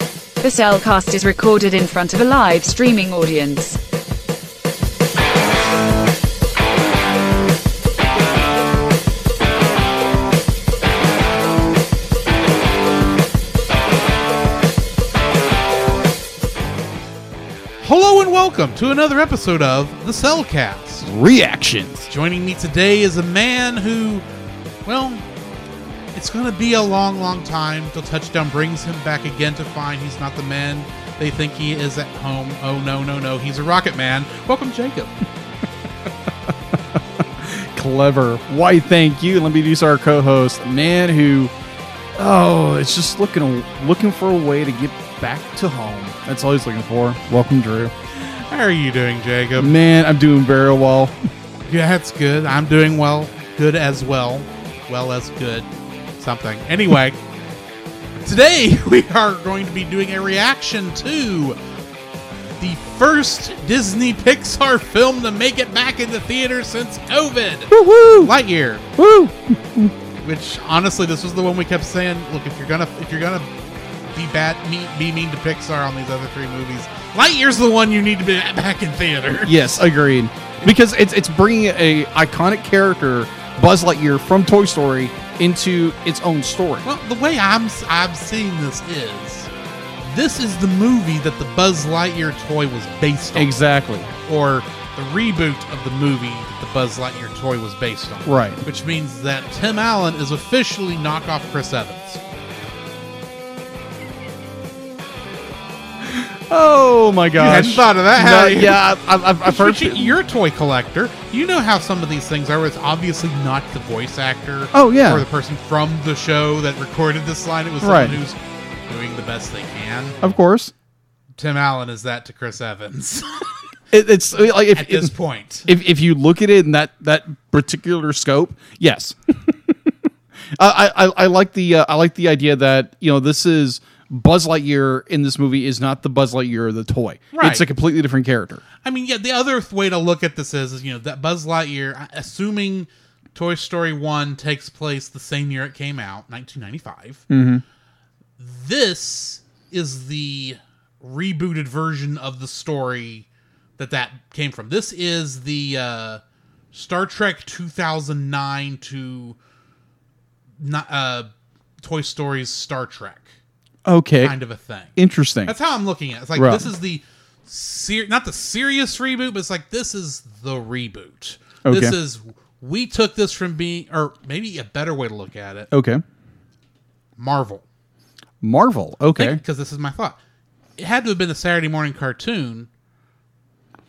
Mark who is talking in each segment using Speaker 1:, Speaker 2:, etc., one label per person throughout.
Speaker 1: The Cellcast is recorded in front of a live streaming audience.
Speaker 2: Hello and welcome to another episode of The Cellcast.
Speaker 3: reactions.
Speaker 2: Joining me today is a man who, well, it's going to be a long, long time till Touchdown brings him back again to find he's not the man they think he is at home. Oh, no, no, no. He's a rocket man. Welcome, Jacob.
Speaker 3: Clever. Why, thank you. Let me introduce our co-host, a man who, oh, it's just looking looking for a way to get back to home. That's all he's looking for. Welcome, Drew.
Speaker 2: How are you doing, Jacob?
Speaker 3: Man, I'm doing very well.
Speaker 2: Yeah, that's good. I'm doing well. Good as well. Well as good. Something. Anyway, today we are going to be doing a reaction to the first Disney Pixar film to make it back into theaters since COVID
Speaker 3: Woo-hoo!
Speaker 2: Lightyear.
Speaker 3: Woo!
Speaker 2: Which honestly, this was the one we kept saying. Look, if you're gonna if you're gonna be bad, me, be mean to Pixar on these other three movies, Lightyear's the one you need to be back in theater.
Speaker 3: Yes, agreed. Because it's it's bringing a iconic character, Buzz Lightyear from Toy Story, into its own story.
Speaker 2: Well, the way I'm I'm seeing this is this is the movie that the Buzz Lightyear toy was based on,
Speaker 3: Exactly.
Speaker 2: or the reboot of the movie that the Buzz Lightyear toy was based on.
Speaker 3: Right.
Speaker 2: Which means that Tim Allen is officially knockoff Chris Evans.
Speaker 3: Oh my gosh!
Speaker 2: hadn't thought of that, had
Speaker 3: No,
Speaker 2: you?
Speaker 3: Yeah, I- I've, I've, I've heard.
Speaker 2: Which, you're a toy collector. You know how some of these things are. It's obviously not the voice actor.
Speaker 3: Oh, yeah.
Speaker 2: Or the person from the show that recorded this line. It was
Speaker 3: Right.
Speaker 2: someone who's doing the best they can.
Speaker 3: Of course,
Speaker 2: Tim Allen is that to Chris Evans
Speaker 3: it, it's like if
Speaker 2: at this
Speaker 3: if-
Speaker 2: point.
Speaker 3: if, if you look at it in that that particular scope, yes. I, I I like the uh, I like the idea that you know this is Buzz Lightyear in this movie is not the Buzz Lightyear of the toy.
Speaker 2: Right.
Speaker 3: It's a completely different character.
Speaker 2: I mean, yeah, the other th- way to look at this is, is, you know, that Buzz Lightyear, I- assuming Toy Story 1 takes place the same year it came out, 1995, this is the rebooted version of the story that that came from. This is the uh, Star Trek 2009 to ni- uh, Toy Story's Star Trek
Speaker 3: Okay,
Speaker 2: kind of a thing.
Speaker 3: interesting.
Speaker 2: That's how I'm looking at it. It's like
Speaker 3: Right.
Speaker 2: this is the ser- not the serious reboot, but it's like this is the reboot. This
Speaker 3: Okay.
Speaker 2: is we took this from being or maybe a better way to look at it.
Speaker 3: okay,
Speaker 2: Marvel.
Speaker 3: Marvel. Okay,
Speaker 2: Because this is my thought. It had to have been a Saturday morning cartoon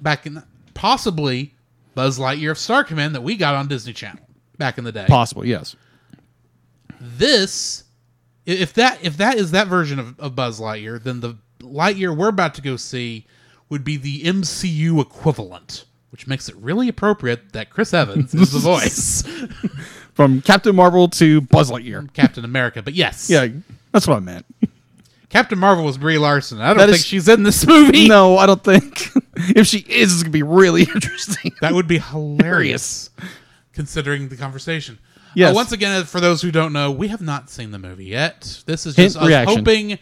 Speaker 2: back in the, possibly Buzz Lightyear of Star Command that we got on Disney Channel back in the day.
Speaker 3: possible. Yes.
Speaker 2: this i- if that if that is that version of, of Buzz Lightyear, then the Lightyear we're about to go see would be the MCU equivalent, which makes it really appropriate that Chris Evans is the voice
Speaker 3: From Captain Marvel to Buzz Lightyear.
Speaker 2: Captain America. But yes,
Speaker 3: Yeah, that's what I meant.
Speaker 2: Captain Marvel was Brie Larson. I don't
Speaker 3: That
Speaker 2: think
Speaker 3: is-
Speaker 2: she's in this movie.
Speaker 3: no, I don't think. if she is, it's gonna be really interesting.
Speaker 2: That would be hilarious, considering the conversation.
Speaker 3: Yes.
Speaker 2: Uh, once again, for those who don't know, we have not seen the movie yet. This is
Speaker 3: Hint
Speaker 2: just us
Speaker 3: reaction.
Speaker 2: hoping.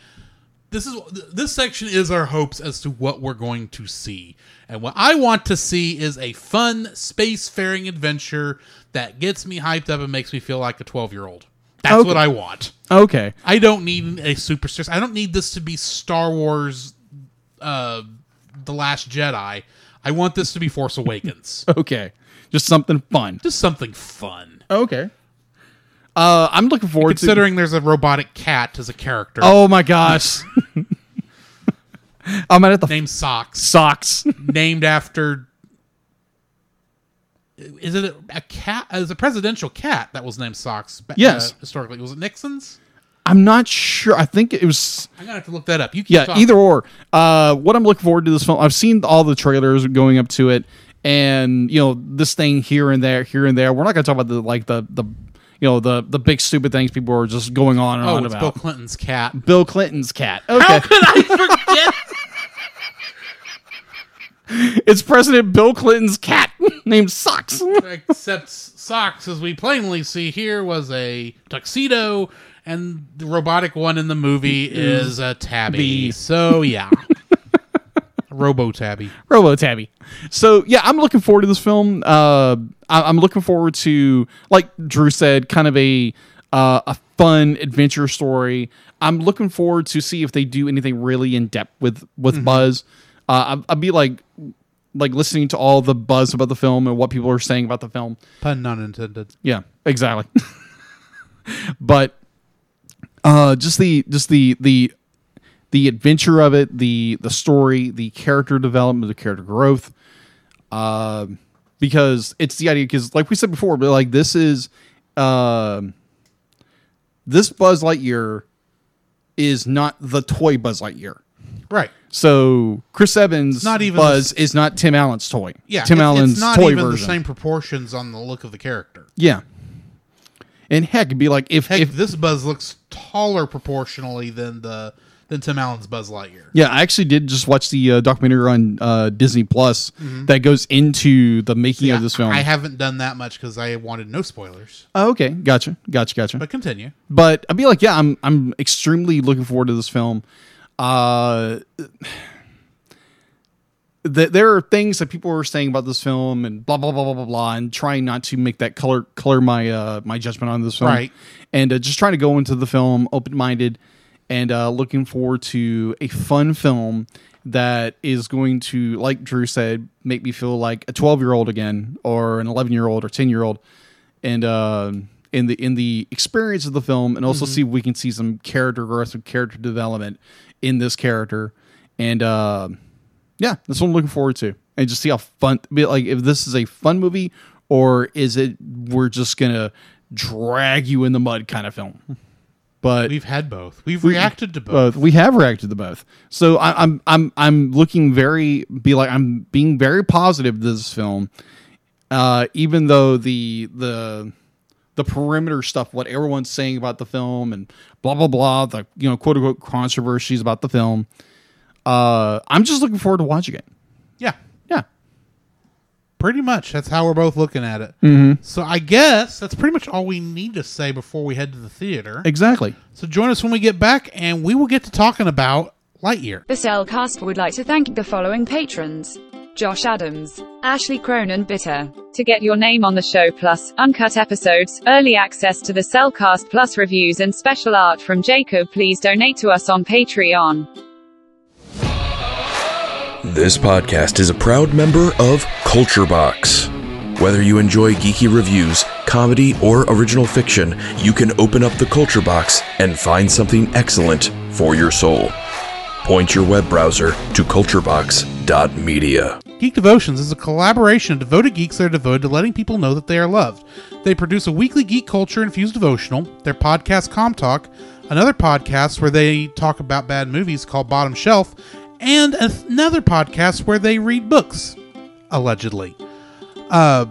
Speaker 2: This is this section is our hopes as to what we're going to see, and what I want to see is a fun spacefaring adventure that gets me hyped up and makes me feel like a twelve year old. That's
Speaker 3: Okay.
Speaker 2: what I want.
Speaker 3: Okay.
Speaker 2: I don't need a super serious. I don't need this to be Star Wars, uh, the Last Jedi. I want this to be Force Awakens
Speaker 3: Okay. Just something fun.
Speaker 2: just something fun.
Speaker 3: Okay. Uh, I'm looking forward to
Speaker 2: Oh, Considering there's a robotic cat as a character
Speaker 3: Oh my gosh. I'm at the
Speaker 2: named Socks,
Speaker 3: socks.
Speaker 2: named after. Is it a, a cat? Is a presidential cat that was named Socks? ba-
Speaker 3: Yes.
Speaker 2: uh, historically, was it Nixon's?
Speaker 3: I'm not sure. I think it was
Speaker 2: I'm gonna have to look that up. You keep
Speaker 3: yeah,
Speaker 2: talking.
Speaker 3: either or. Uh, what I'm looking forward to this film. I've seen all the trailers going up to it, and you know this thing here and there, here and there. We're not gonna talk about the like the the you know the the big stupid things people are just going on and
Speaker 2: Oh,
Speaker 3: on
Speaker 2: it's
Speaker 3: about.
Speaker 2: Bill Clinton's cat.
Speaker 3: Bill Clinton's cat. Okay,
Speaker 2: could I forget?
Speaker 3: it's President Bill Clinton's cat named Socks.
Speaker 2: Except Socks, as we plainly see here, was a tuxedo and the robotic one in the movie is a tabby.
Speaker 3: Bee.
Speaker 2: So yeah, Robo Tabby.
Speaker 3: Robo Tabby. So yeah, I'm looking forward to this film. Uh, I, I'm looking forward to, like Drew said, kind of a uh, a fun adventure story. I'm looking forward to see if they do anything really in depth with with
Speaker 2: Mm-hmm.
Speaker 3: Buzz. Uh, I, I'd be like like listening to all the buzz about the film and what people are saying about the film.
Speaker 2: Pun not intended.
Speaker 3: Yeah, exactly. but uh just the just the the the adventure of it, the the story, the character development, the character growth. Um because it's the idea because like we said before, but like this is um this Buzz Lightyear is not the toy Buzz Lightyear.
Speaker 2: Right.
Speaker 3: So Chris Evans
Speaker 2: not even
Speaker 3: Buzz is not Tim Allen's toy.
Speaker 2: Yeah.
Speaker 3: Tim
Speaker 2: it's-
Speaker 3: Allen's
Speaker 2: it's not
Speaker 3: toy
Speaker 2: even
Speaker 3: version.
Speaker 2: the same proportions on the look of the character.
Speaker 3: Yeah. And heck, it'd be like if,
Speaker 2: Heck,
Speaker 3: if
Speaker 2: this Buzz looks taller proportionally than the than Tim Allen's Buzz Lightyear.
Speaker 3: yeah, I actually did just watch the uh, documentary on uh, Disney Plus that goes into the making of this film.
Speaker 2: Mm-hmm. I haven't done that much because I wanted no spoilers.
Speaker 3: oh, okay, gotcha, gotcha, gotcha.
Speaker 2: But continue.
Speaker 3: but I'd be like, yeah, I'm I'm extremely looking forward to this film. Uh, th- there are things that people were saying about this film and blah blah blah blah blah blah, and trying not to make that color color my uh, my judgment on this film,
Speaker 2: Right.
Speaker 3: And uh, just trying to go into the film open minded and uh, looking forward to a fun film that is going to, like Drew said, make me feel like a twelve year old again, or an eleven year old, or ten year old and uh, in the in the experience of the film, and also see if we can see some character growth and character development in this character. And uh, yeah, that's what I'm looking forward to, and just see how fun. Be like if this is a fun movie, or is it we're just gonna drag you in the mud kind of film. But
Speaker 2: We've had both. We've reacted to both.
Speaker 3: both. We have reacted to both. So I, I'm I'm I'm looking very be like I'm being very positive to this film, uh, even though the the the perimeter stuff, what everyone's saying about the film and blah blah blah, the you know quote unquote controversies about the film. Uh, I'm just looking forward to watching it.
Speaker 2: Yeah.
Speaker 3: Yeah,
Speaker 2: Pretty much. That's how we're both looking at it.
Speaker 3: Mm-hmm.
Speaker 2: So I guess that's pretty much all we need to say before we head to the theater.
Speaker 3: exactly.
Speaker 2: So join us when we get back, and we will get to talking about Lightyear.
Speaker 1: The Cellcast would like to thank the following patrons. Josh Adams, Ashley Cronin Bitter.
Speaker 4: To get your name on the show plus uncut episodes, early access to the Cellcast plus reviews and special art from Jacob, please donate to us on Patreon.
Speaker 5: This podcast is a proud member of Culture Box. Whether you enjoy geeky reviews, comedy, or original fiction, you can open up the Culture Box and find something excellent for your soul. Point your web browser to culturebox.media.
Speaker 2: Geek Devotions is a collaboration of devoted geeks that are devoted to letting people know that they are loved. They produce a weekly geek culture infused devotional, their podcast Com Talk, another podcast where they talk about bad movies called Bottom Shelf, and another podcast where they read books, allegedly. and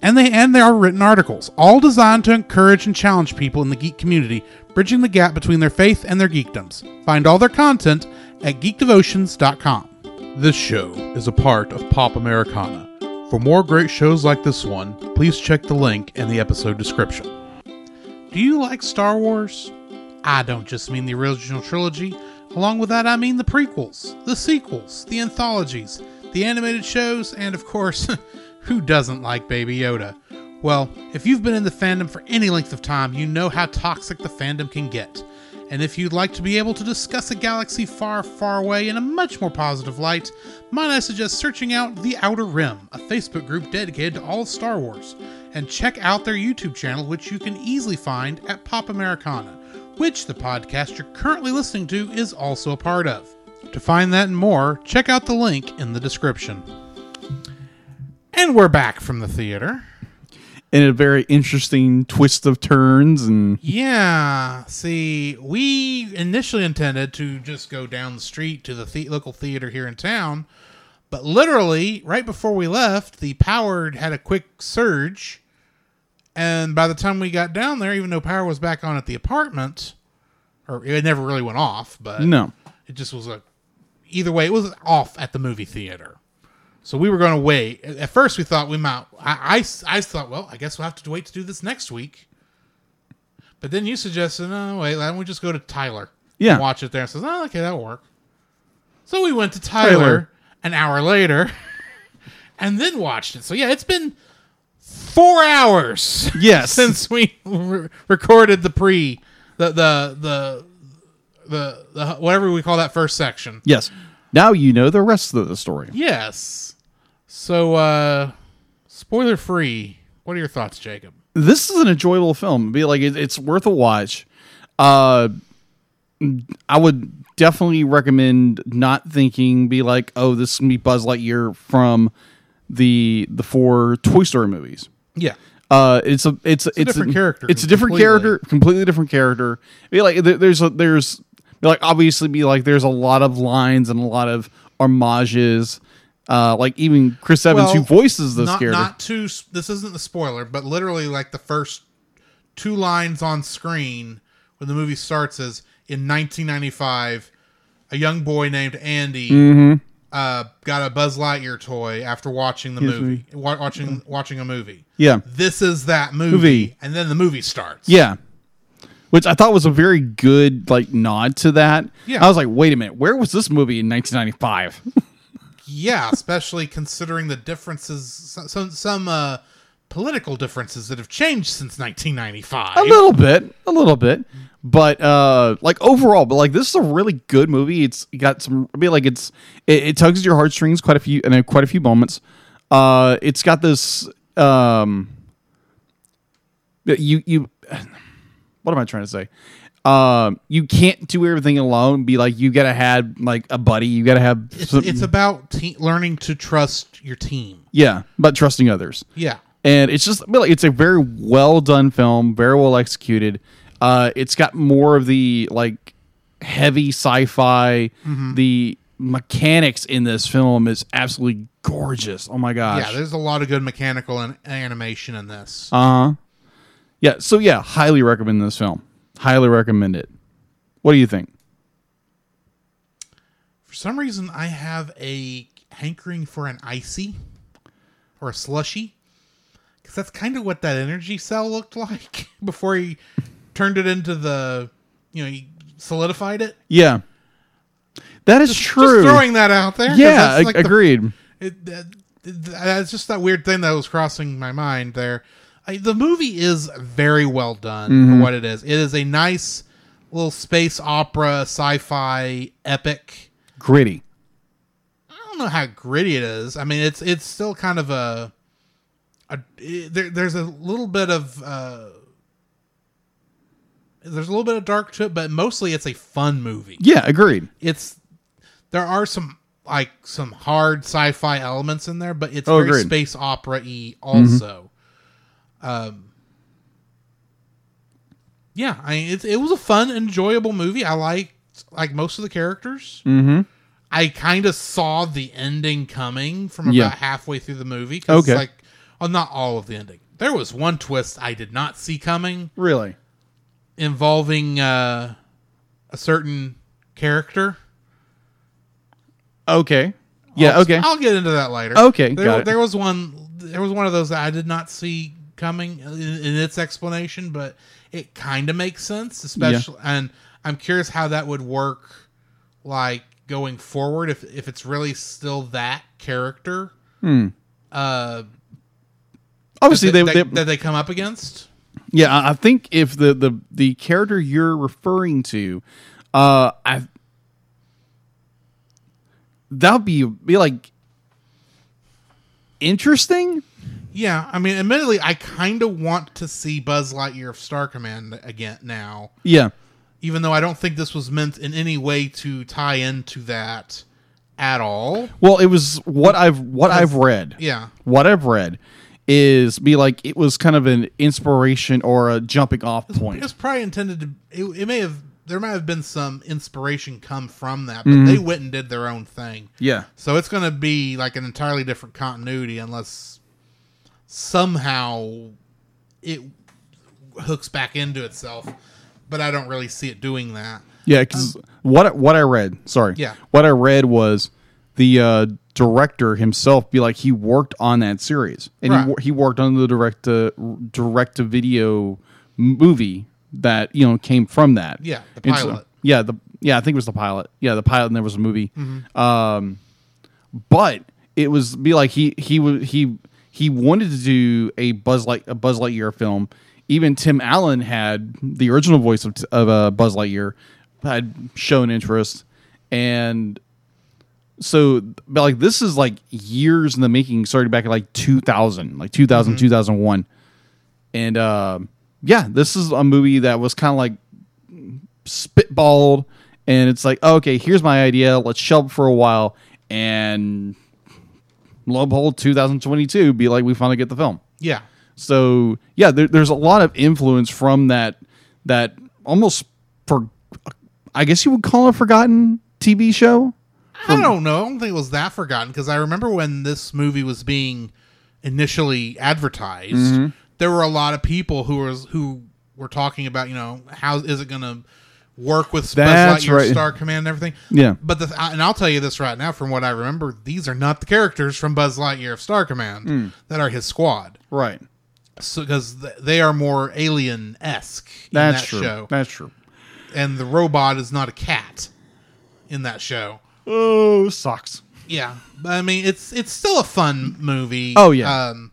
Speaker 2: they and there are written articles, all designed to encourage and challenge people in the geek community, bridging the gap between their faith and their geekdoms. Find all their content at geekdevotions.com. This show is a part of Pop Americana. For more great shows like this one, please check the link in the episode description. Do you like Star Wars? I don't just mean the original trilogy. Along with that, I mean the prequels, the sequels, the anthologies, the animated shows, and of course, who doesn't like Baby Yoda? Well, if you've been in the fandom for any length of time, you know how toxic the fandom can get. And if you'd like to be able to discuss a galaxy far, far away in a much more positive light, might I suggest searching out The Outer Rim, a Facebook group dedicated to all of Star Wars, and check out their YouTube channel, which you can easily find at Pop Americana, which the podcast you're currently listening to is also a part of. To find that and more, check out the link in the description. And we're back from the theater.
Speaker 3: In a very interesting twist of turns and
Speaker 2: Yeah. See, we initially intended to just go down the street to the, the- local theater here in town, but literally right before we left, the power had a quick surge, and by the time we got down there, even though power was back on at the apartment, or it never really went off, but
Speaker 3: no.
Speaker 2: it just was a either way it was off at the movie theater so we were going to wait at at first we thought we might I, I s- I thought well i guess we'll have to wait to do this next week But then you suggested, no, wait, why don't we just go to Tyler?
Speaker 3: Yeah.
Speaker 2: And watch it there. I says, oh, okay, that'll work. So we went to Tyler,
Speaker 3: Tyler.
Speaker 2: an hour later and then watched it. So yeah, it's been four hours
Speaker 3: Yes.
Speaker 2: since we re- recorded the pre, the, the, the, the, the, whatever we call that first section.
Speaker 3: Yes. Now you know the rest of the story.
Speaker 2: Yes. So, uh, spoiler free, what are your thoughts, Jacob?
Speaker 3: This is an enjoyable film. Be like it, it's worth a watch. Uh, I would definitely recommend not thinking. Be like, oh, this is gonna be Buzz Lightyear from the the four Toy Story movies.
Speaker 2: Yeah.
Speaker 3: Uh, it's a it's it's,
Speaker 2: different character
Speaker 3: It's a different
Speaker 2: completely.
Speaker 3: character, completely different character. Be like there- there's a there's be like obviously be like there's a lot of lines and a lot of homages. Uh, like even Chris Evans who voices this
Speaker 2: not,
Speaker 3: character.
Speaker 2: Not too. s- This isn't the spoiler, but literally, like the first two lines on screen when the movie starts is in 1995, a young boy named Andy
Speaker 3: Mm-hmm.
Speaker 2: uh, got a Buzz Lightyear toy after watching the movie, wa- watching watching a movie.
Speaker 3: yeah,
Speaker 2: This is that movie,
Speaker 3: Movie.
Speaker 2: and then the movie starts.
Speaker 3: yeah. Which I thought was a very good like nod to that.
Speaker 2: Yeah.
Speaker 3: I was like, wait a minute, where was this movie in 1995?
Speaker 2: yeah, especially considering the differences, some some, some uh, political differences that have changed since 1995.
Speaker 3: a little bit a little bit but uh like overall but like this is a really good movie it's got some i mean like it's it, it tugs at your heartstrings quite a few and quite a few moments uh it's got this um you you what am i trying to say um you can't do everything alone be like you gotta have like a buddy you gotta have
Speaker 2: It's,
Speaker 3: some,
Speaker 2: it's about te- learning to trust your team.
Speaker 3: yeah about trusting others
Speaker 2: Yeah.
Speaker 3: and it's just I mean, like, it's a very well done film, very well executed. Uh, it's got more of the like heavy sci-fi.
Speaker 2: Mm-hmm.
Speaker 3: The mechanics in this film is absolutely gorgeous. Oh my
Speaker 2: Yeah,
Speaker 3: gosh!
Speaker 2: there's a lot of good mechanical and animation in this.
Speaker 3: Uh, yeah. So yeah, highly recommend this film. Highly recommend it. What do you think?
Speaker 2: for some reason, I have a hankering for an icy or a slushy because that's kind of what that energy cell looked like before he turned it into the, you know, he solidified it.
Speaker 3: Yeah, that is true.
Speaker 2: Just throwing that out there. 'cause
Speaker 3: yeah,
Speaker 2: that's
Speaker 3: ag-
Speaker 2: like the-
Speaker 3: agreed.
Speaker 2: it, that- that's just that weird thing that was crossing my mind there. I, the movie is very well done for what it is. It is a nice little space opera, sci-fi epic.
Speaker 3: Gritty.
Speaker 2: I don't know how gritty it is. I mean, it's it's still kind of a, a it- there, there's a little bit of uh, there's a little bit of dark to it, but mostly it's a fun movie
Speaker 3: Yeah, agreed.
Speaker 2: it's there are some like some hard sci-fi elements in there, but it's
Speaker 3: Oh,
Speaker 2: very
Speaker 3: agreed. Mm-hmm.
Speaker 2: space opera y also. Um Yeah, I mean, it, it was a fun, enjoyable movie. I liked like most of the characters. Mm-hmm. I kind of saw the ending coming from about
Speaker 3: Yeah.
Speaker 2: halfway through the movie. 'cause it's
Speaker 3: Okay.
Speaker 2: like, well, not all of the ending. There was one twist I did not see coming
Speaker 3: Really.
Speaker 2: involving uh, a certain character.
Speaker 3: Okay. Yeah.
Speaker 2: I'll-
Speaker 3: okay.
Speaker 2: I'll get into that later.
Speaker 3: Okay,
Speaker 2: There,
Speaker 3: got it.
Speaker 2: there was one. There was one of those that I did not see coming in, in its explanation, but it kind of makes sense, especially. And I'm curious how that would work, like going forward, if if it's really still that character. Uh,
Speaker 3: Obviously,
Speaker 2: that, they,
Speaker 3: they,
Speaker 2: that,
Speaker 3: they
Speaker 2: that they come up against.
Speaker 3: Yeah, I I think if the the the character you're referring to, uh, I that'd be be like interesting.
Speaker 2: Yeah, I mean, admittedly, I kind of want to see Buzz Lightyear of Star Command again now.
Speaker 3: Yeah,
Speaker 2: even though I don't think this was meant in any way to tie into that at all.
Speaker 3: well, it was what I've what I've read.
Speaker 2: Yeah.
Speaker 3: what I've read is be like it was kind of an inspiration or a jumping off point.
Speaker 2: It was probably intended to. It, it may have. There might have been some inspiration come from that, but they went and did their own thing.
Speaker 3: Mm-hmm. yeah,
Speaker 2: So it's going to be like an entirely different continuity unless somehow it hooks back into itself. But I don't really see it doing that.
Speaker 3: Yeah, because what I- what I read, sorry,
Speaker 2: Um, Yeah.
Speaker 3: what I read was the uh, director himself be like he worked on that series, and
Speaker 2: Right.
Speaker 3: he he he worked on the direct to direct to video uh, movie that you know came from that.
Speaker 2: Yeah, the
Speaker 3: And so-
Speaker 2: pilot.
Speaker 3: yeah, the yeah, I think it was the pilot. Yeah, the pilot, and there was a movie.
Speaker 2: Mm-hmm.
Speaker 3: Um, but it was be like he he wa- he he wanted to do a Buzz Light a Buzz Lightyear film. Even Tim Allen had the original voice of of uh, Buzz Lightyear had shown interest, and so but like this is like years in the making. Started back in like two thousand, like 2000,
Speaker 2: Mm-hmm.
Speaker 3: 2001. and um yeah, this is a movie that was kind of like spitballed and it's like oh, okay here's my idea let's shelve it for a while and lo and behold 2022 be like we finally get the film
Speaker 2: Yeah.
Speaker 3: so yeah there, there's a lot of influence from that that almost for i guess you would call it forgotten tv show
Speaker 2: I don't know. I don't think it was that forgotten because I remember when this movie was being initially advertised,
Speaker 3: Mm-hmm.
Speaker 2: there were a lot of people who was who were talking about you know how is it going to work with Buzz
Speaker 3: That's
Speaker 2: Lightyear,
Speaker 3: right.
Speaker 2: Star Command, and everything.
Speaker 3: Yeah.
Speaker 2: But the, and I'll tell you this right now, from what I remember, these are not the characters from Buzz Lightyear of Star Command
Speaker 3: Mm.
Speaker 2: that are his squad,
Speaker 3: right
Speaker 2: because th- they are more alien esque in
Speaker 3: that's
Speaker 2: that
Speaker 3: true
Speaker 2: show,
Speaker 3: that's true
Speaker 2: and the robot is not a cat in that show.
Speaker 3: oh socks
Speaker 2: Yeah, but I mean it's it's still a fun movie.
Speaker 3: Oh, yeah.
Speaker 2: Um,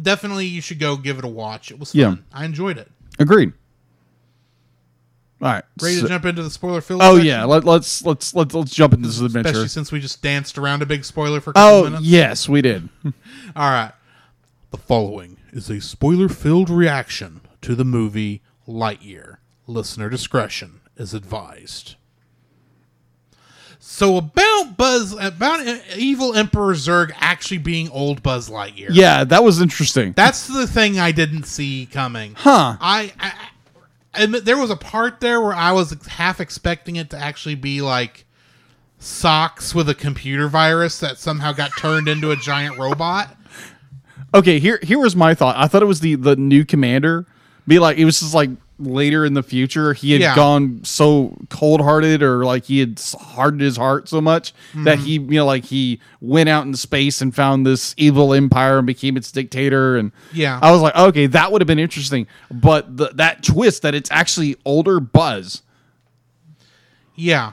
Speaker 2: definitely, you should go give it a watch. It was fun.
Speaker 3: Yeah.
Speaker 2: I enjoyed it.
Speaker 3: agreed all right
Speaker 2: Ready
Speaker 3: so-
Speaker 2: to jump into the spoiler filler?
Speaker 3: oh
Speaker 2: section?
Speaker 3: yeah let, let's let's let's let's jump into this
Speaker 2: especially
Speaker 3: adventure
Speaker 2: since we just danced around a big spoiler for a couple
Speaker 3: oh
Speaker 2: minutes.
Speaker 3: yes we did
Speaker 2: All right. The following is a spoiler-filled reaction to the movie Lightyear. Listener discretion is advised. So about Buzz, about evil Emperor Zurg actually being old Buzz Lightyear.
Speaker 3: Yeah, that was interesting.
Speaker 2: That's the thing I didn't see coming.
Speaker 3: Huh.
Speaker 2: I, I, I admit there was a part there where I was half expecting it to actually be like socks with a computer virus that somehow got turned into a giant robot.
Speaker 3: okay, here here was my thought. I thought it was the the new commander. Be like it was just like later in the future he had
Speaker 2: Yeah.
Speaker 3: gone so cold hearted or like he had s- hardened his heart so much that
Speaker 2: Hmm.
Speaker 3: he you know like he went out in space and found this evil empire and became its dictator and
Speaker 2: Yeah.
Speaker 3: I was like okay that would have been interesting but the, that twist that it's actually older Buzz
Speaker 2: Yeah.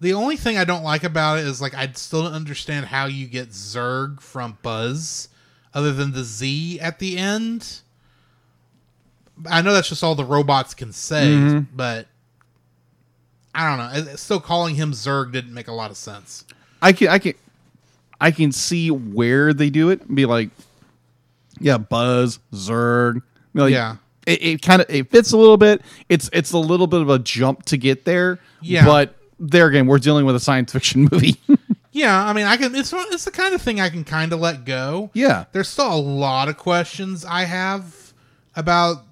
Speaker 2: The only thing I don't like about it is like I still don't understand how you get Zerg from Buzz, other than the Z at the end. I know that's just all the robots can say, but I don't know. It- it's Still, calling him Zerg didn't make a lot of sense.
Speaker 3: I can I can I can see where they do it and be like, yeah, Buzz, Zerg. Be like,
Speaker 2: Yeah.
Speaker 3: It, it kind of it fits a little bit. It's it's a little bit of a jump to get there.
Speaker 2: Yeah.
Speaker 3: But there again, we're dealing with a science fiction movie.
Speaker 2: Yeah, I mean, I can. It's it's the kind of thing I can kind of let go.
Speaker 3: yeah.
Speaker 2: there's still a lot of questions I have about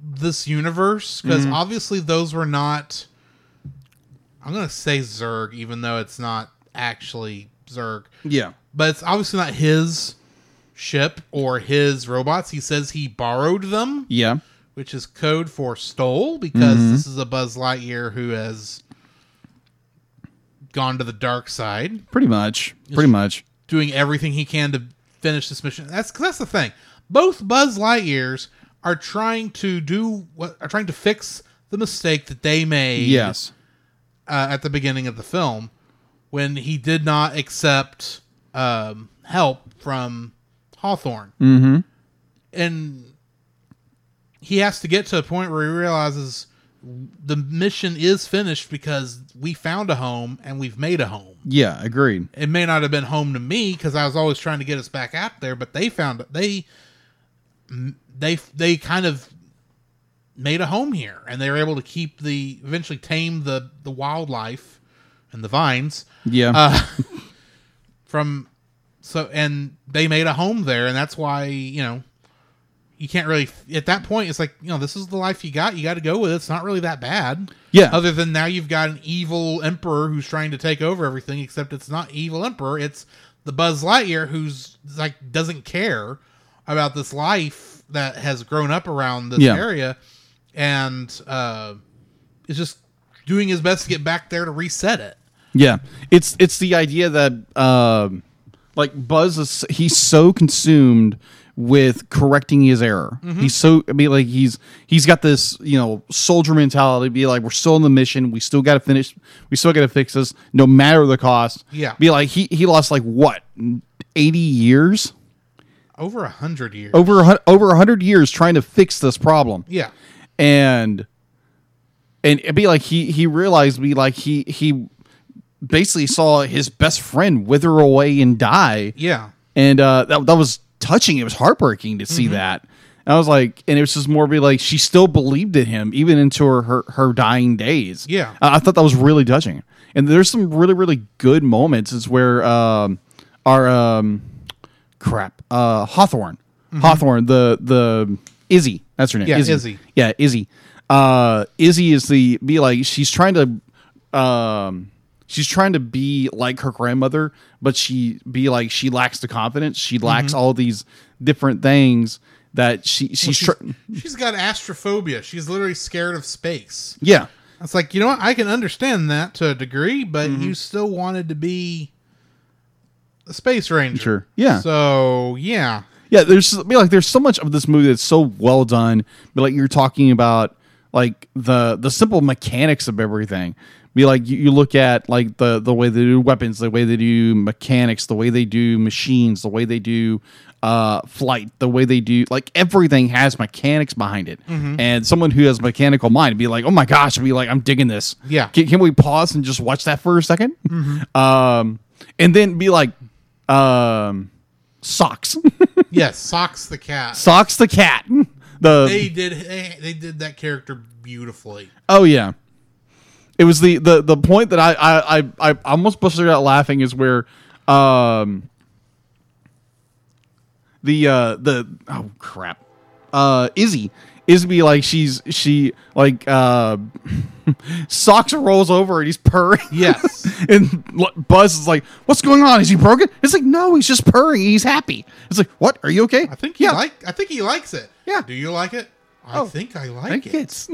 Speaker 2: this universe because obviously those were not. I'm gonna say Zerg, even though it's not actually Zerg,
Speaker 3: Yeah.
Speaker 2: but it's obviously not his ship or his robots. He says he borrowed them,
Speaker 3: Yeah.
Speaker 2: which is code for stole, because this is a Buzz Lightyear who has gone to the dark side
Speaker 3: Pretty much. Pretty much.
Speaker 2: doing everything he can to finish this mission. That's 'cause that's the thing. Both Buzz Lightyears are trying to do what are trying to fix the mistake that they made
Speaker 3: Yes.
Speaker 2: uh, at the beginning of the film when he did not accept um, help from Hawthorne. Mm-hmm. And he has to get to a point where he realizes the mission is finished because we found a home and we've made a home
Speaker 3: Yeah. Agreed.
Speaker 2: it may not have been home to me because I was always trying to get us back out there, but they found they they they kind of made a home here, and they were able to keep the eventually tame the the wildlife and the vines
Speaker 3: Yeah.
Speaker 2: from so and they made a home there, and that's why you know you can't really at that point it's like you know this is the life you got you got to go with it. it's not really that bad
Speaker 3: Yeah.
Speaker 2: other than now you've got an evil emperor who's trying to take over everything except it's not evil emperor it's the buzz lightyear who's like doesn't care about this life that has grown up around this
Speaker 3: Yeah.
Speaker 2: area and uh is just doing his best to get back there to reset it
Speaker 3: Yeah, it's it's the idea that um, like Buzz is he's so consumed with correcting his error. He's so I mean like he's he's got this, you know, soldier mentality be like we're still in the mission, we still got to finish, we still got to fix this no matter the cost.
Speaker 2: Yeah.
Speaker 3: Be like he he lost like what? 80 years?
Speaker 2: Over a hundred years.
Speaker 3: Over a hun- over 100 years trying to fix this problem
Speaker 2: Yeah.
Speaker 3: and and it'd be like he he realized be like he he basically saw his best friend wither away and die
Speaker 2: Yeah.
Speaker 3: and uh that, that was touching it was heartbreaking to see
Speaker 2: Mm-hmm.
Speaker 3: that and i was like and it was just more be like she still believed in him even into her her, her dying days
Speaker 2: Yeah.
Speaker 3: I, I thought that was really touching and there's some really really good moments is where um our um crap uh hawthorne hawthorne the the izzy that's her name
Speaker 2: Mm-hmm. Yeah,
Speaker 3: izzy.
Speaker 2: Izzy.
Speaker 3: yeah izzy uh izzy is the be like she's trying to um she's trying to be like her grandmother but she be like she lacks the confidence she lacks all these different things that she she's,
Speaker 2: She's,
Speaker 3: tr-
Speaker 2: she's got astrophobia. She's literally scared of space.
Speaker 3: yeah
Speaker 2: It's like, you know what? I can understand that to a degree, but
Speaker 3: Mm-hmm.
Speaker 2: you still wanted to be a space ranger.
Speaker 3: Sure. Yeah.
Speaker 2: So, yeah.
Speaker 3: Yeah, there's I mean, like there's so much of this movie that's so well done. But like you're talking about like the the simple mechanics of everything. Be like you, you look at like the the way they do weapons, the way they do mechanics, the way they do machines, the way they do uh flight, the way they do like everything has mechanics behind it. And someone who has a mechanical mind would be like, oh my gosh, be like I'm digging this.
Speaker 2: Yeah.
Speaker 3: can, can we pause and just watch that for a 2nd Um, and then be like, um, socks.
Speaker 2: Yes, Socks the cat.
Speaker 3: Socks the cat. The
Speaker 2: they did they, they did that character beautifully.
Speaker 3: oh yeah, it was the the the point that I I I, I almost busted out laughing is where um the uh the oh crap uh Izzy Izzy like she's she like uh socks rolls over and he's purring
Speaker 2: Yes.
Speaker 3: and l- Buzz is like what's going on is he broken it's like no he's just purring he's happy it's like what are you okay
Speaker 2: I think he like I think he likes it.
Speaker 3: Yeah. Oh.
Speaker 2: Do you like it? I think I like
Speaker 3: I
Speaker 2: it.
Speaker 3: guess.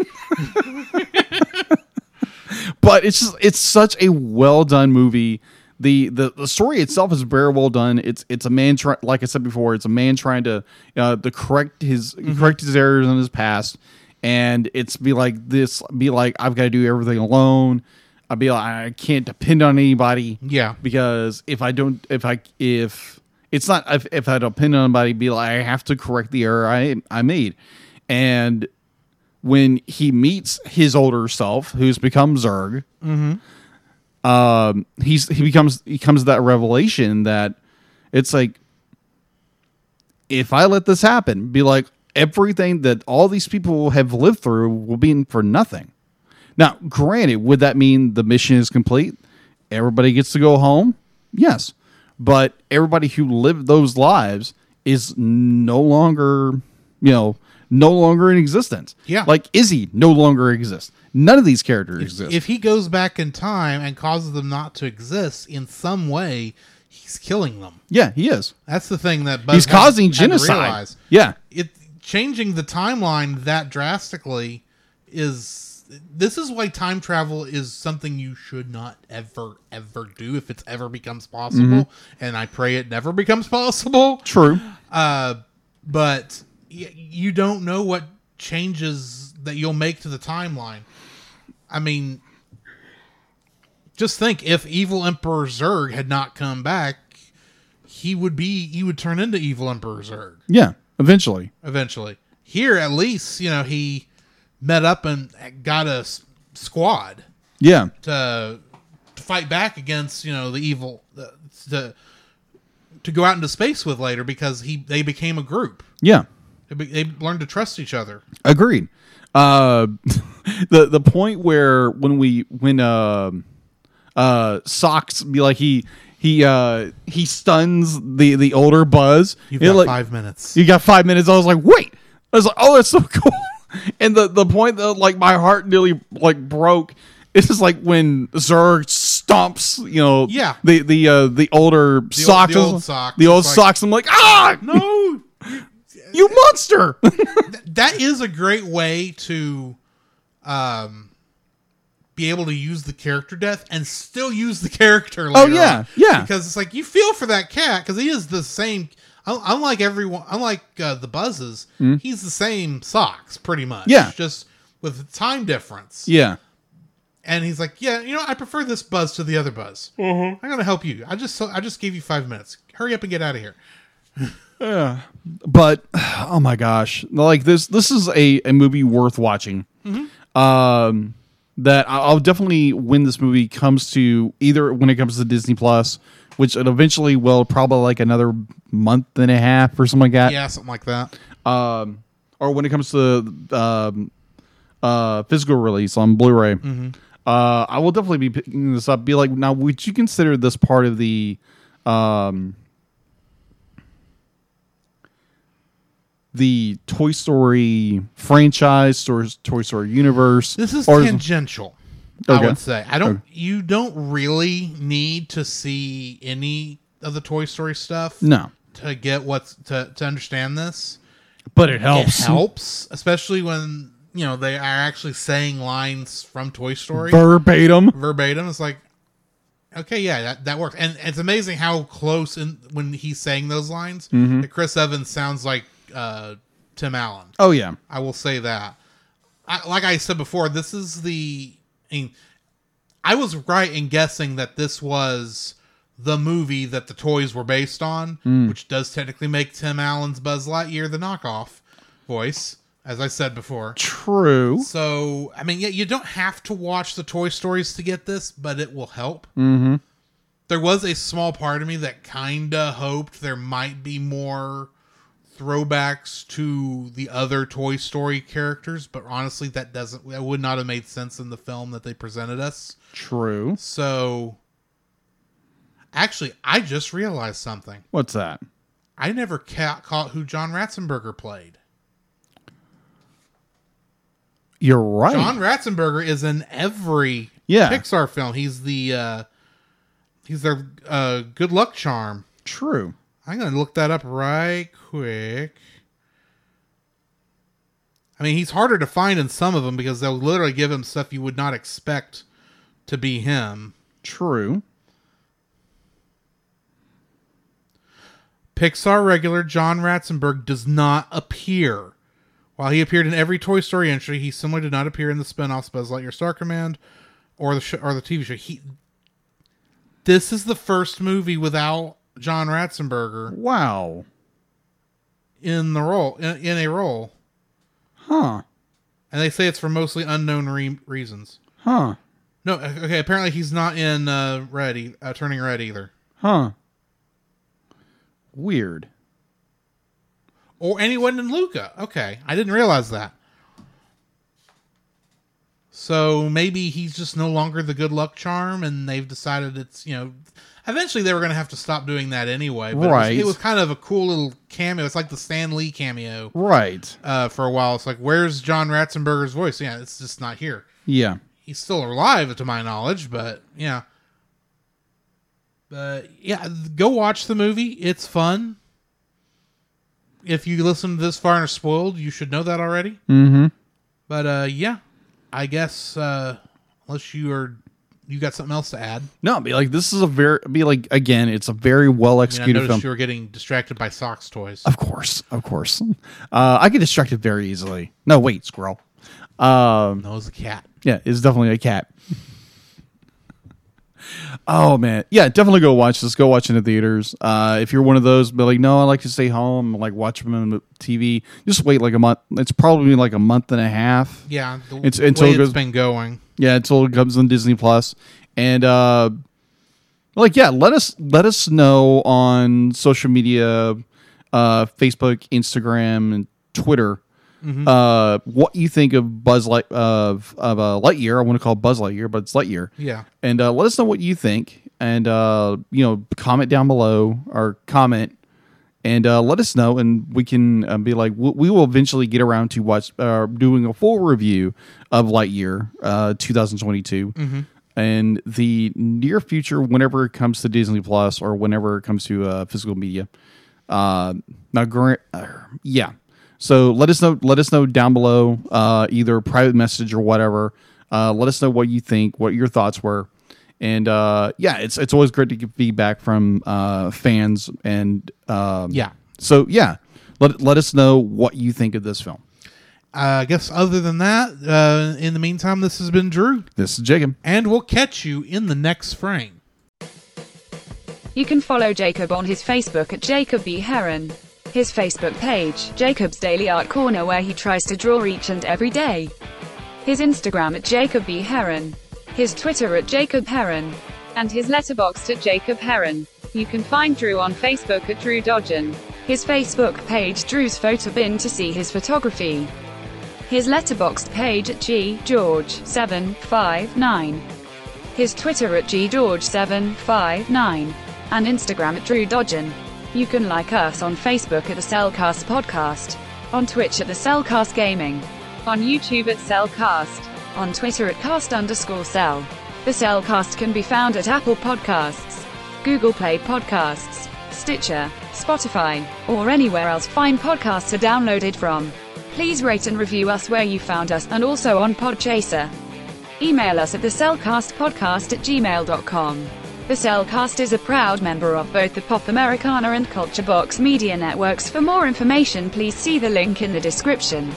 Speaker 3: but it's just it's such a well done movie. The, the, the story itself is very well done. It's it's a man try, like I said before, it's a man trying to uh, to correct his correct his errors in his past, and it's be like this be like I've got to do everything alone. I be like I can't depend on anybody
Speaker 2: Yeah.
Speaker 3: because if I don't, if I, if it's not, if, if I depend on anybody, be like, I have to correct the error I I made. And when he meets his older self, who's become Zerg, um, he's he becomes he comes to that revelation that it's like, if I let this happen, be like everything that all these people have lived through will be for nothing. Now, granted, would that mean the mission is complete? Everybody gets to go home? Yes. But everybody who lived those lives is no longer, you know, no longer in existence.
Speaker 2: Yeah.
Speaker 3: Like Izzy no longer exists. None of these characters exist.
Speaker 2: If he goes back in time and causes them not to exist in some way, he's killing them.
Speaker 3: yeah, he is.
Speaker 2: That's the thing that Buzz
Speaker 3: He's
Speaker 2: had-
Speaker 3: causing
Speaker 2: had to
Speaker 3: genocide.
Speaker 2: realize.
Speaker 3: Yeah.
Speaker 2: It changing the timeline that drastically is this is why time travel is something you should not ever ever do if it's ever becomes possible
Speaker 3: Mm-hmm.
Speaker 2: and I pray it never becomes possible.
Speaker 3: True.
Speaker 2: Uh, but y- you don't know what changes that you'll make to the timeline. I mean, just think if evil Emperor Zurg had not come back, he would be he would turn into evil Emperor Zurg
Speaker 3: Yeah. Eventually.
Speaker 2: eventually. Here, at least, you know, he met up and got a s- squad
Speaker 3: Yeah.
Speaker 2: to, to fight back against you know the evil uh, to to go out into space with later because he they became a group.
Speaker 3: Yeah.
Speaker 2: They, be, they learned to trust each other.
Speaker 3: Agreed. Uh, the the point where when we when um uh socks be like he he uh he stuns the the older Buzz. It like-
Speaker 2: minutes.
Speaker 3: You got five minutes. I was like, wait. I was like, oh, that's so cool. And the the point that like my heart nearly like broke. It's just like when Zerg stomps, you know,
Speaker 2: Yeah.
Speaker 3: the the uh, the older socks,
Speaker 2: the old Sox.
Speaker 3: the old
Speaker 2: It's like-
Speaker 3: socks. I'm like, ah,
Speaker 2: no,
Speaker 3: you monster!
Speaker 2: that is a great way to, um, be able to use the character death and still use the character. Later
Speaker 3: Oh, yeah,
Speaker 2: on.
Speaker 3: yeah.
Speaker 2: Because it's like you feel for that cat because he is the same. un- unlike everyone, unlike uh, the buzzes, he's the same socks pretty much.
Speaker 3: Hmm. Yeah.
Speaker 2: just with time difference.
Speaker 3: Yeah.
Speaker 2: And he's like, "Yeah, you know, I prefer this buzz to the other buzz. I'm gonna help you. I just so I just gave you five minutes. Hurry up and get out of here."
Speaker 3: but oh my gosh like this this is a, a movie worth watching um that I- i'll definitely when this movie comes to either when it comes to disney plus which it eventually will probably like another month and a half or something like that
Speaker 2: Yeah, something like that.
Speaker 3: um or when it comes to um uh physical release on blu-ray
Speaker 2: Mm-hmm.
Speaker 3: uh i will definitely be picking this up be like now would you consider this part of the um the toy story franchise or toy story universe
Speaker 2: This is
Speaker 3: or
Speaker 2: tangential.
Speaker 3: Okay.
Speaker 2: I would say I don't. You don't really need to see any of the Toy Story stuff.
Speaker 3: no
Speaker 2: to get what's to to understand this.
Speaker 3: but it
Speaker 2: It helps, especially when you know they are actually saying lines from Toy Story
Speaker 3: verbatim
Speaker 2: verbatim. It's like, okay, yeah, that, that works. And it's amazing how close in when he's saying those lines
Speaker 3: Mm-hmm.
Speaker 2: that Chris Evans sounds like uh, Tim Allen.
Speaker 3: oh yeah
Speaker 2: I will say that. I, like I said before, this is the. I, mean, I was right in guessing that this was the movie that the toys were based on, which does technically make Tim Allen's Buzz Lightyear the knockoff voice, as I said before.
Speaker 3: true
Speaker 2: So, I mean, yeah, you don't have to watch the Toy Stories to get this, but it will help. There was a small part of me that kind of hoped there might be more throwbacks to the other Toy Story characters, but honestly, that doesn't that would not have made sense in the film that they presented us.
Speaker 3: true
Speaker 2: So, actually, I just realized something.
Speaker 3: what's that
Speaker 2: I never ca- caught who John Ratzenberger played.
Speaker 3: you're right
Speaker 2: John Ratzenberger is in every
Speaker 3: Oh. Yeah.
Speaker 2: Pixar film. He's the uh he's their uh good luck charm.
Speaker 3: true
Speaker 2: I'm gonna look that up right quick. I mean, he's harder to find in some of them because they'll literally give him stuff you would not expect to be him.
Speaker 3: true
Speaker 2: Pixar regular John Ratzenberg does not appear. While he appeared in every Toy Story entry, he similarly did not appear in the spin-offs Buzz Lightyear Star Command or the sh- or the TV show. He This is the first movie without John Ratzenberger
Speaker 3: wow
Speaker 2: in the role in, in a role,
Speaker 3: huh
Speaker 2: and they say it's for mostly unknown re- reasons.
Speaker 3: huh
Speaker 2: No, okay, apparently he's not in uh, Red e- uh, Turning Red either.
Speaker 3: Huh. Weird.
Speaker 2: or anyone in Luca. Okay, I didn't realize that. So maybe he's just no longer the good luck charm, and they've decided it's you know. Eventually, they were going to have to stop doing that anyway. But it, was,
Speaker 3: Right.
Speaker 2: it was kind of a cool little cameo. It's like the Stan Lee cameo
Speaker 3: Right.
Speaker 2: uh, for a while. It's like, where's John Ratzenberger's voice? Yeah, it's just not here.
Speaker 3: Yeah.
Speaker 2: He's still alive, to my knowledge, but yeah. But yeah, go watch the movie. It's fun. If you listen this far and are spoiled, you should know that already.
Speaker 3: Mm-hmm.
Speaker 2: But uh, yeah, I guess uh, unless you are you got something else to add.
Speaker 3: No, be like this is a very be like again, it's a very well
Speaker 2: I, mean, I
Speaker 3: executed
Speaker 2: noticed
Speaker 3: film. Uh,
Speaker 2: you were getting distracted by socks toys.
Speaker 3: Of course, of course. Uh, I get distracted very easily. No, wait, squirrel. Um,
Speaker 2: No, it was a cat.
Speaker 3: yeah, it's definitely a cat. oh man, yeah, definitely go watch this. Go watch it in the theaters. Uh, if you're one of those, be like, no, I like to stay home, like watch them on the TV. Just wait like a month. It's probably like a month and a half.
Speaker 2: Yeah, the
Speaker 3: It's- until
Speaker 2: way
Speaker 3: it
Speaker 2: it's
Speaker 3: goes-
Speaker 2: been going.
Speaker 3: Yeah, until it comes on Disney Plus. And uh like yeah, let us let us know on social media, uh Facebook, Instagram, and Twitter. Uh, what you think of Buzz Light of of uh, Lightyear? I want to call it Buzz Lightyear, but it's Lightyear.
Speaker 2: Yeah.
Speaker 3: And uh, let us know what you think, and uh, you know, comment down below or comment, and uh, let us know, and we can uh, be like, we, we will eventually get around to watch uh, doing a full review of Lightyear, uh, 2022. And the near future, whenever it comes to Disney Plus or whenever it comes to uh, physical media, uh, now, grant, uh, yeah. So let us know. Let us know down below, uh, either private message or whatever. Uh, let us know what you think, what your thoughts were, and uh, yeah, it's it's always great to get feedback from uh, fans and um,
Speaker 2: Yeah.
Speaker 3: So yeah, let let us know what you think of this film.
Speaker 2: Uh, I guess other than that, uh, in the meantime, this has been Drew,
Speaker 3: This is Jacob.
Speaker 2: and we'll catch you in the next frame.
Speaker 1: You can follow Jacob on his Facebook at Jacob B. Heron. His Facebook page, Jacob's Daily Art Corner, where he tries to draw each and every day. His Instagram at Jacob B. Heron.
Speaker 4: his Twitter at Jacob Heron, and his letterboxd at Jacob Heron. You can find Drew on Facebook at Drew Dodgen.
Speaker 1: His Facebook page, Drew's Photo Bin, to see his photography. His letterboxed page at G. George759. His Twitter at G. George759. And Instagram at Drew Dodgen. You can like us on Facebook at the Cellcast Podcast. On Twitch at the Cellcast Gaming.
Speaker 4: On YouTube at Cellcast.
Speaker 1: on Twitter at cast underscore cell. The Cellcast can be found at Apple Podcasts, Google Play Podcasts, Stitcher, Spotify, or anywhere else fine podcasts are downloaded from. Please rate and review us where you found us and also on Podchaser. Email us at the Podcast at gmail.com. The Cellcast is a proud member of both the Pop Americana and Culture Box media networks. For more information, please see the link in the description.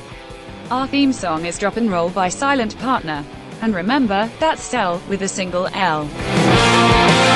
Speaker 1: Our theme song is Drop and Roll by Silent Partner. And remember, that's Cell, with a single L.